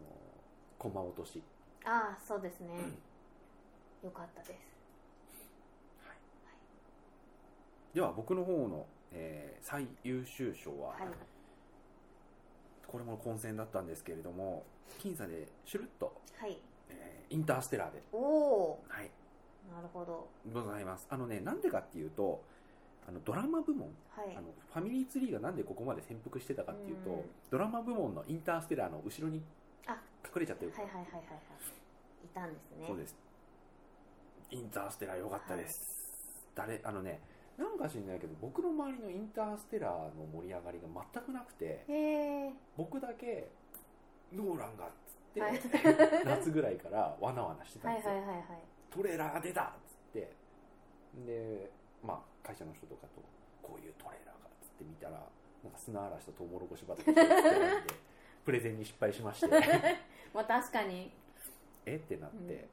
Speaker 1: コマ落とし、
Speaker 2: ああそうですね。良かったです。
Speaker 1: では僕の方の、えー最優秀賞は、
Speaker 2: はい。
Speaker 1: これも混戦だったんですけれども僅差でシュルッと、
Speaker 2: はい。
Speaker 1: えーインターステラーで、
Speaker 2: おお
Speaker 1: はい、
Speaker 2: ー。なるほど。
Speaker 1: ございますあのねなんでかっていうとあのドラマ部門
Speaker 2: はい。
Speaker 1: あのファミリーツリーがなんでここまで潜伏してたかっていうと、
Speaker 2: うん
Speaker 1: ドラマ部門のインターステラーの後ろに
Speaker 2: あ
Speaker 1: 隠れちゃってる
Speaker 2: はいはいはいはいはいいたんですね
Speaker 1: そうですインターステラー良かったです、誰あのねなんか知んないけど僕の周りのインターステラーの盛り上がりが全くなくて
Speaker 2: へえ
Speaker 1: 僕だけノーランがっつって、
Speaker 2: はい
Speaker 1: 夏ぐらいからわなわなしてた
Speaker 2: は
Speaker 1: ん
Speaker 2: い
Speaker 1: で
Speaker 2: はい
Speaker 1: すよ、
Speaker 2: はいはい
Speaker 1: トレーラーが出たっつってでまあ会社の人とかとこういうトレーラーがっつって見たらなんか砂嵐とトウモロコシ畑が出てるん でプレゼンに失敗しまして
Speaker 2: まあ確かに
Speaker 1: えってなって、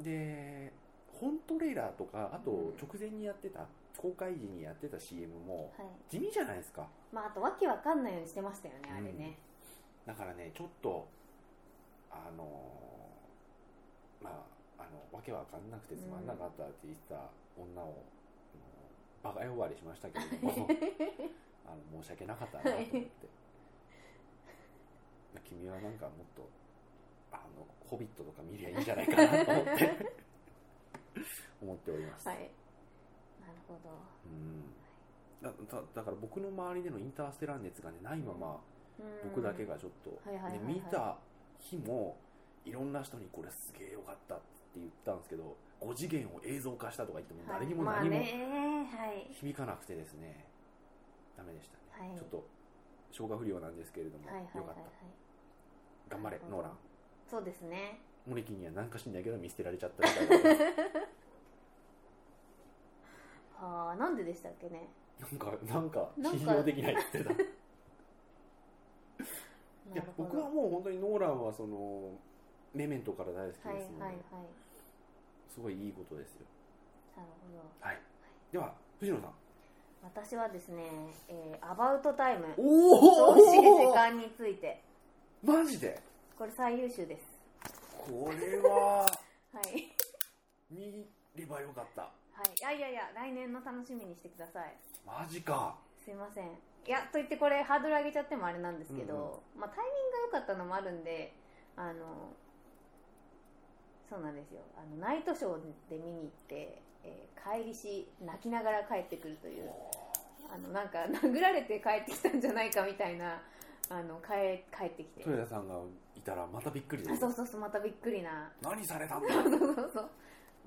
Speaker 1: で本トレーラーとかあと
Speaker 2: うん
Speaker 1: 直前にやってた、公開時にやってた CM も
Speaker 2: はい
Speaker 1: 地味じゃないですか
Speaker 2: まああとわけわかんないようにしてましたよねあれね、
Speaker 1: だからねちょっとあのーまああのわけわかんなくてつまんなかったって言ってた女を、あのバカ呼ばわりしましたけれ どもあの申し訳なかったなと思って、
Speaker 2: はい
Speaker 1: 君はなんかもっと「あのホビット」とか見りゃいいんじゃないかなと思って 思っております、
Speaker 2: はいなるほど
Speaker 1: うんだだだから僕の周りでのインターステラー熱が、ね、ないまま、
Speaker 2: うん
Speaker 1: 僕だけがちょっと、
Speaker 2: はいはいはいはい
Speaker 1: ね見た日もいろんな人にこれすげえよかったって言ったんですけど5次元を映像化したとか言っても誰にも
Speaker 2: はい
Speaker 1: 何も
Speaker 2: まあねはい
Speaker 1: 響かなくてですねダメでしたね、
Speaker 2: はい
Speaker 1: ちょっと消化不良なんですけれども、
Speaker 2: はいはい
Speaker 1: よ
Speaker 2: はい
Speaker 1: かっ
Speaker 2: はい
Speaker 1: た頑張れ
Speaker 2: なるほど
Speaker 1: ノーラン
Speaker 2: そうですね
Speaker 1: モネキンには何かしんないけど見捨てられちゃったみたい な
Speaker 2: はあなんででしたっけね
Speaker 1: なんかなんか
Speaker 2: なん
Speaker 1: 信
Speaker 2: か
Speaker 1: 用できないって言ってたい
Speaker 2: な
Speaker 1: や
Speaker 2: るほど
Speaker 1: 僕はもう本当にノーランはそのメメントから大好きです
Speaker 2: はい
Speaker 1: ので、
Speaker 2: はいはい
Speaker 1: すごいいいことですよ
Speaker 2: なるほど
Speaker 1: はいでは藤野さん
Speaker 2: 私はですね、えーアバウトタイム
Speaker 1: お
Speaker 2: 惜しい時間について
Speaker 1: マジで
Speaker 2: これ最優秀です
Speaker 1: これは
Speaker 2: はい
Speaker 1: 見ればよかった
Speaker 2: はいいやいやいや来年の楽しみにしてください
Speaker 1: マジか
Speaker 2: すいませんいやと言ってこれハードル上げちゃってもあれなんですけど、まあ、タイミングが良かったのもあるんであのそうなんですよあのナイトショーで見に行って、えー帰りし泣きながら帰ってくるというあのなんか殴られて帰ってきたんじゃないかみたいなあの帰帰ってきて
Speaker 1: 豊田さんがいたらまたびっくりで
Speaker 2: あ
Speaker 1: す
Speaker 2: そうそうそうまたびっくりな
Speaker 1: 何されたんだ
Speaker 2: そうそうそう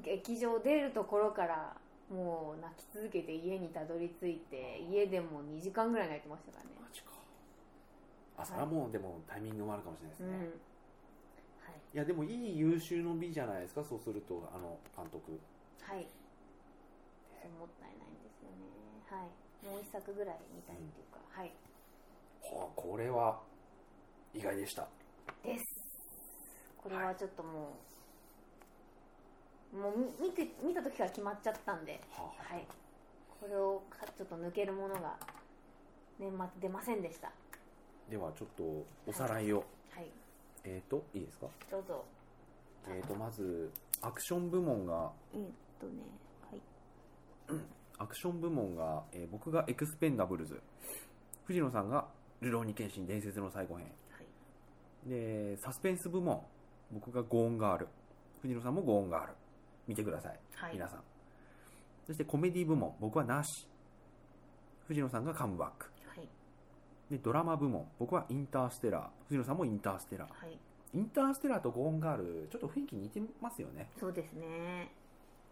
Speaker 2: 劇場出るところからもう泣き続けて家にたどり着いて家でも2時間ぐらい泣いてましたからね
Speaker 1: マジかあそれはもうでもタイミングもあるかもしれないです
Speaker 2: う
Speaker 1: ね、
Speaker 2: んはい
Speaker 1: いやでもいい優秀の美じゃないですかそうするとあの監督
Speaker 2: はいそうもったいないんですよねはいもう一作ぐらい見たいっていうか、はい
Speaker 1: はあこれは意外でした
Speaker 2: ですこれはちょっともう、もう見て見た時から決まっちゃったんで
Speaker 1: はあ、
Speaker 2: はいこれをかちょっと抜けるものが年末出ませんでした
Speaker 1: ではちょっとおさらいを、
Speaker 2: はい
Speaker 1: えっ、ー、といいですか
Speaker 2: どうぞ
Speaker 1: えー、とまずアクション部門が
Speaker 2: えっとねはい
Speaker 1: アクション部門が、えー僕がエクスペンダブルズ藤野さんがルローニケンシン伝説の最後編
Speaker 2: はい
Speaker 1: でサスペンス部門僕がゴーンガール藤野さんもゴーンガール見てください、
Speaker 2: はい
Speaker 1: 皆さんそしてコメディ部門僕はなし藤野さんがカムバック
Speaker 2: はい
Speaker 1: でドラマ部門僕はインターステラー藤野さんもインターステラー
Speaker 2: はい
Speaker 1: インターステラーとゴーンガールちょっと雰囲気似てますよね
Speaker 2: そうですね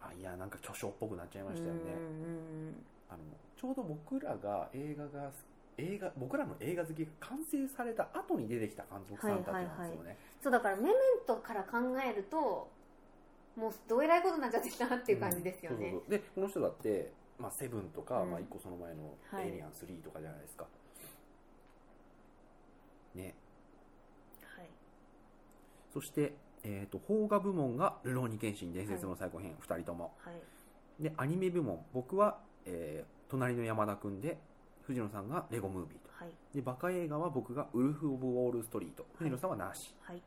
Speaker 1: あいやなんか巨匠っぽくなっちゃいましたよね
Speaker 2: うんうん
Speaker 1: あのちょうど僕らが映画が映画僕らの映画好きが完成された後に出てきた監督さんたちなんですよね、
Speaker 2: そうだからメメントから考えるともうどえらいことになっちゃってきたなっていう感じですよ
Speaker 1: うん
Speaker 2: ね
Speaker 1: そう、そうそうでこの人だって「まあ、セブンとか、
Speaker 2: うん
Speaker 1: まあ、一個その前の「
Speaker 2: はい
Speaker 1: エイリアン3」とかじゃないですか、ね
Speaker 2: はい
Speaker 1: そして、えー、と邦画部門が「ルローニケンシン伝説の最後編」二2人とも
Speaker 2: はい
Speaker 1: でアニメ部門僕は、えー隣の山田君で藤野さんが「レゴムービー」と
Speaker 2: はい
Speaker 1: でバカ映画は僕が「ウルフ・オブ・ウォール・ストリート」藤野さんはなし、
Speaker 2: はい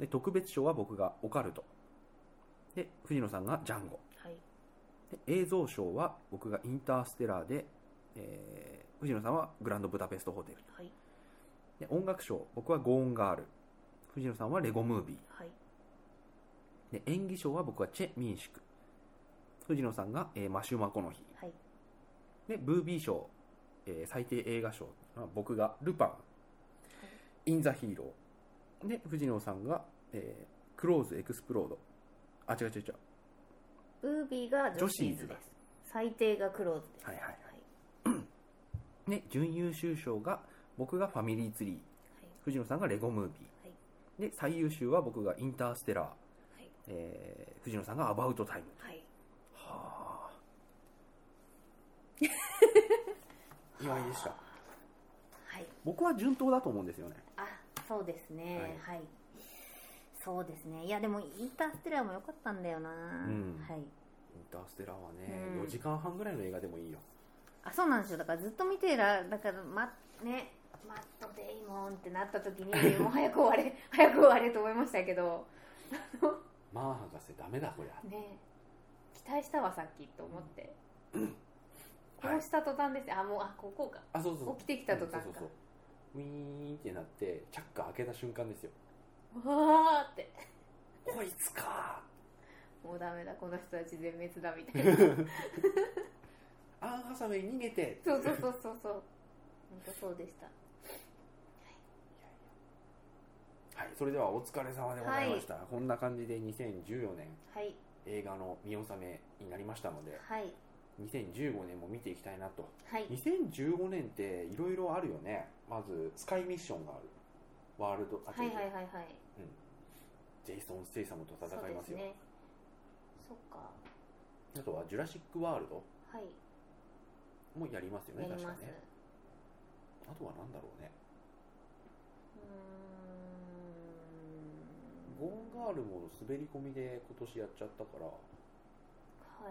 Speaker 1: で特別賞は僕がオカルトで藤野さんがジャンゴ
Speaker 2: はい
Speaker 1: で映像賞は僕がインターステラーで、えー藤野さんはグランドブダペストホテル
Speaker 2: はい
Speaker 1: で音楽賞僕はゴーンガール藤野さんはレゴムービ
Speaker 2: はい
Speaker 1: ーで演技賞は僕はチェ・ミンシク藤野さんが、えーマシューマコの日
Speaker 2: はい
Speaker 1: でブービー賞、えー最低映画賞まあ僕がルパン、イン・ザ・ヒーローで藤野さんが、えークローズ・エクスプロードあ違う違う違う
Speaker 2: ブービーが女子ーズ
Speaker 1: 女子ーズ
Speaker 2: で
Speaker 1: だ
Speaker 2: す最低がクローズです
Speaker 1: はいはいはい
Speaker 2: はい
Speaker 1: で準優秀賞が僕がファミリーツリー藤野さんがレゴムービ
Speaker 2: はい
Speaker 1: ーで最優秀は僕がインターステラー、
Speaker 2: はい
Speaker 1: えー藤野さんがアバウトタイム
Speaker 2: はいはい
Speaker 1: はあ意外でした
Speaker 2: はい
Speaker 1: 僕は順当だと思うんですよね
Speaker 2: あそうですねはい、そうですねいやでもインターステラーも良かったんだよな、
Speaker 1: ん
Speaker 2: はい
Speaker 1: インターステラーはね、
Speaker 2: うん
Speaker 1: 4時間半ぐらいの映画でもいいよ
Speaker 2: あそうなんですよだからずっと見てらだからまねマット・デイモンってなった時に もう早く終われ早く終われと思いましたけど
Speaker 1: まあ博士ダメだこりゃ
Speaker 2: ね期待したわさっきと思って、
Speaker 1: は
Speaker 2: こ
Speaker 1: いう
Speaker 2: した途端ですあもうあここか
Speaker 1: あそうそうそう
Speaker 2: 起きてきた途端か
Speaker 1: うんそうそうそうウィーンってなってチャッカー開けた瞬間ですよ
Speaker 2: わーって
Speaker 1: こいつか
Speaker 2: もうダメだこの人たち全滅だみた いな
Speaker 1: ーアンハサウェイ逃げて
Speaker 2: そうそうそうそうそう本当そうでした
Speaker 1: はいそれではお疲れ様でございました、こんな感じで2014年
Speaker 2: はい
Speaker 1: 映画の見納めになりましたので
Speaker 2: はい
Speaker 1: 2015年も見ていきたいなと
Speaker 2: はい
Speaker 1: 2015年っていろいろあるよねまずスカイミッションがあるワールドあ
Speaker 2: はいはいはいはい
Speaker 1: ジェイソン・ステイサムと戦います
Speaker 2: そう
Speaker 1: よ、
Speaker 2: ですねそっか
Speaker 1: あとはジュラシック・ワールド
Speaker 2: はい
Speaker 1: もやりますよね
Speaker 2: や
Speaker 1: 確
Speaker 2: り
Speaker 1: か
Speaker 2: ます、
Speaker 1: ねあとは何だろうね
Speaker 2: うーん
Speaker 1: ゴーンガールも滑り込みで今年やっちゃったから
Speaker 2: は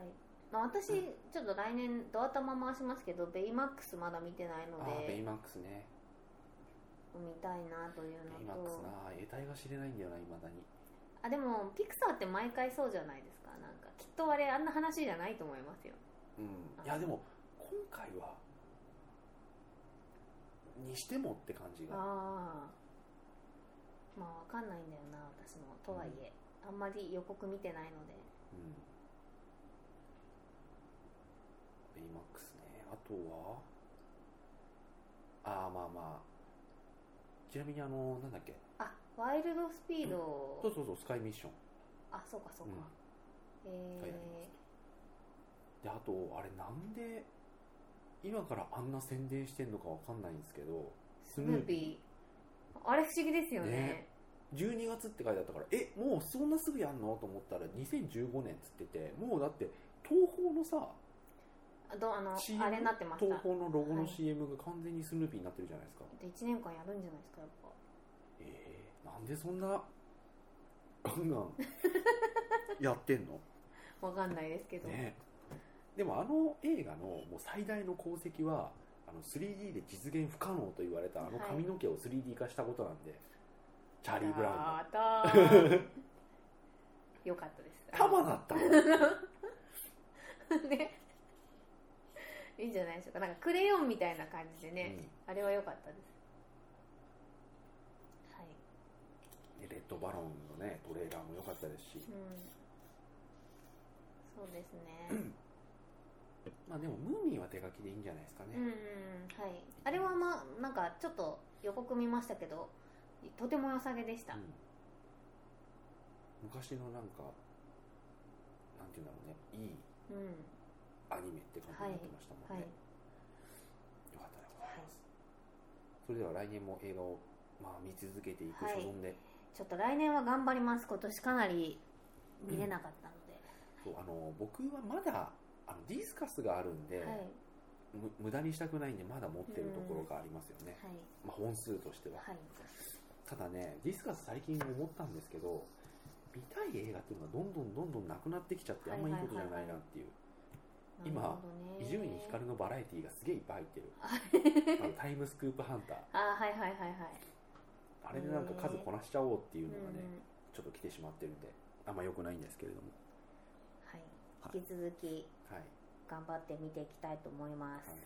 Speaker 2: い、まあ、私ちょっと来年ドア玉回しますけどベイマックスまだ見てないの
Speaker 1: ああベイ
Speaker 2: で
Speaker 1: マックスね
Speaker 2: 見たいなという
Speaker 1: ベイマ
Speaker 2: の
Speaker 1: ックス
Speaker 2: と
Speaker 1: な得体が知れないんだよないまだに
Speaker 2: あでもピクサーって毎回そうじゃないですかなんかきっとあれあんな話じゃないと思いますよ
Speaker 1: うんいやでも今回はにしてもって感じが
Speaker 2: ああまあわかんないんだよな私もとはいえ、あんまり予告見てないので
Speaker 1: うんベイマックスねあとはああまあまあちなみにあのなんだっけ
Speaker 2: あワイルドスピードを、
Speaker 1: そうそうそうスカイミッション
Speaker 2: あそうかそうか、
Speaker 1: がやり
Speaker 2: え
Speaker 1: であとあれなんで今からあんな宣伝してんのかわかんないんですけど
Speaker 2: ー、スヌーピーあれ不思議ですよね
Speaker 1: ね12月って書いてあったからえもうそんなすぐやんのと思ったら2015年っつっててもうだって東宝のさ
Speaker 2: あどあの
Speaker 1: CM
Speaker 2: あれになってました
Speaker 1: 東宝のロゴ
Speaker 2: は
Speaker 1: の
Speaker 2: い
Speaker 1: CM が完全にスヌーピーになってるじゃないですか、
Speaker 2: で1年間やるんじゃないですかやっぱ
Speaker 1: えー、なんでそんなガンガンやってんの
Speaker 2: わかんないですけど、
Speaker 1: ねでもあの映画のもう最大の功績はあの 3D で実現不可能と言われたあの髪の毛を 3D 化したことなんで、チャーリー・ブラウンの
Speaker 2: やーたーよかったです
Speaker 1: タマだったの
Speaker 2: ね いいんじゃないでしょうかなんかクレヨンみたいな感じでね、あれは良かったですはい、
Speaker 1: うんでレッドバロンのねトレーラーも良かったですし
Speaker 2: う、ん、そうですね
Speaker 1: まあ、でもムーミンは手書きでいいんじゃないですかね、
Speaker 2: うんうんはいあれはまあなんかちょっと予告見ましたけどとても良さげでした、
Speaker 1: うん昔のなんかなんていうんだろうねいい
Speaker 2: うん
Speaker 1: アニメって感じになってましたもんね、
Speaker 2: はい
Speaker 1: よかったでございます、それでは来年も映画を、まあ、見続けていく所存で、
Speaker 2: ちょっと来年は頑張ります今年かなり見れなかったので、
Speaker 1: そうあの僕はまだあのディスカスがあるんで、
Speaker 2: はいはい
Speaker 1: む無駄にしたくないんでまだ持ってるところがありますよね、まあ、本数としては、
Speaker 2: はい
Speaker 1: ただねディスカス最近思ったんですけど見たい映画っていうのがどんどんどんどんなくなってきちゃってあんまいいことじゃないなっていう今
Speaker 2: なるほどね
Speaker 1: 伊集院光のバラエティーがすげえいっぱい入ってるあのタイムスクープハンター
Speaker 2: あはいはいはいはい
Speaker 1: あれでなんか数こなしちゃおうっていううんのがね、ちょっと来てしまってるんであんま良くないんですけれども
Speaker 2: はい、引き続き
Speaker 1: はい、
Speaker 2: 頑張って見ていきたいと思います、
Speaker 1: はい、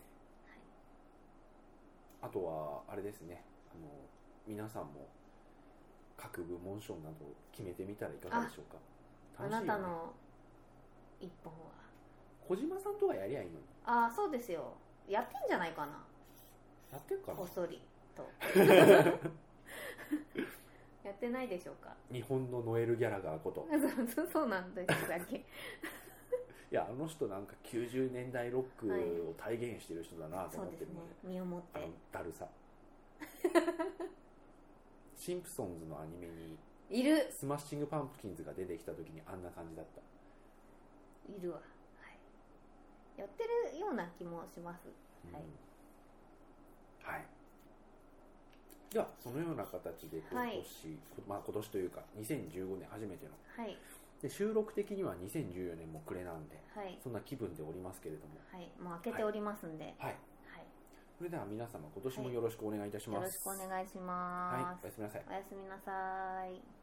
Speaker 1: あとはあれですねあの皆さんも各部門賞などを決めてみたらいかがでしょうか
Speaker 2: あ
Speaker 1: 楽
Speaker 2: な
Speaker 1: しいよ
Speaker 2: た
Speaker 1: ね
Speaker 2: の一本は
Speaker 1: 小島さんとはやりゃいいのに
Speaker 2: ああそうですよやってんじゃないかな
Speaker 1: やってるかな
Speaker 2: こっそりと やってないでしょうか
Speaker 1: 日本のノエル・ギャラガーこと
Speaker 2: そうそうそうなんですだけ
Speaker 1: いやあの人なんか90年代ロック
Speaker 2: はい
Speaker 1: を体現してる人だなと
Speaker 2: そう
Speaker 1: 思っ
Speaker 2: で
Speaker 1: て
Speaker 2: す
Speaker 1: る
Speaker 2: ね
Speaker 1: ので、
Speaker 2: 身をもっ
Speaker 1: あの
Speaker 2: て
Speaker 1: だる さシンプソンズのアニメに
Speaker 2: いる
Speaker 1: スマッシングパンプキンズが出てきた時にあんな感じだった
Speaker 2: いるわ、はい、やってるような気もしますはい
Speaker 1: うんはいではそのような形で今年、
Speaker 2: はい
Speaker 1: まあ、今年というか2015年初めての
Speaker 2: はい
Speaker 1: で収録的には2014年も暮れなんで
Speaker 2: はい
Speaker 1: そんな気分でおりますけれども
Speaker 2: はいもう開けておりますんで、はい
Speaker 1: はいそれでは皆様今年もよろしくお願いいたし
Speaker 2: よ
Speaker 1: ま
Speaker 2: ろし
Speaker 1: す
Speaker 2: くお願いし
Speaker 1: はい
Speaker 2: ま
Speaker 1: お
Speaker 2: す
Speaker 1: や、すみなさい
Speaker 2: おやすみなさい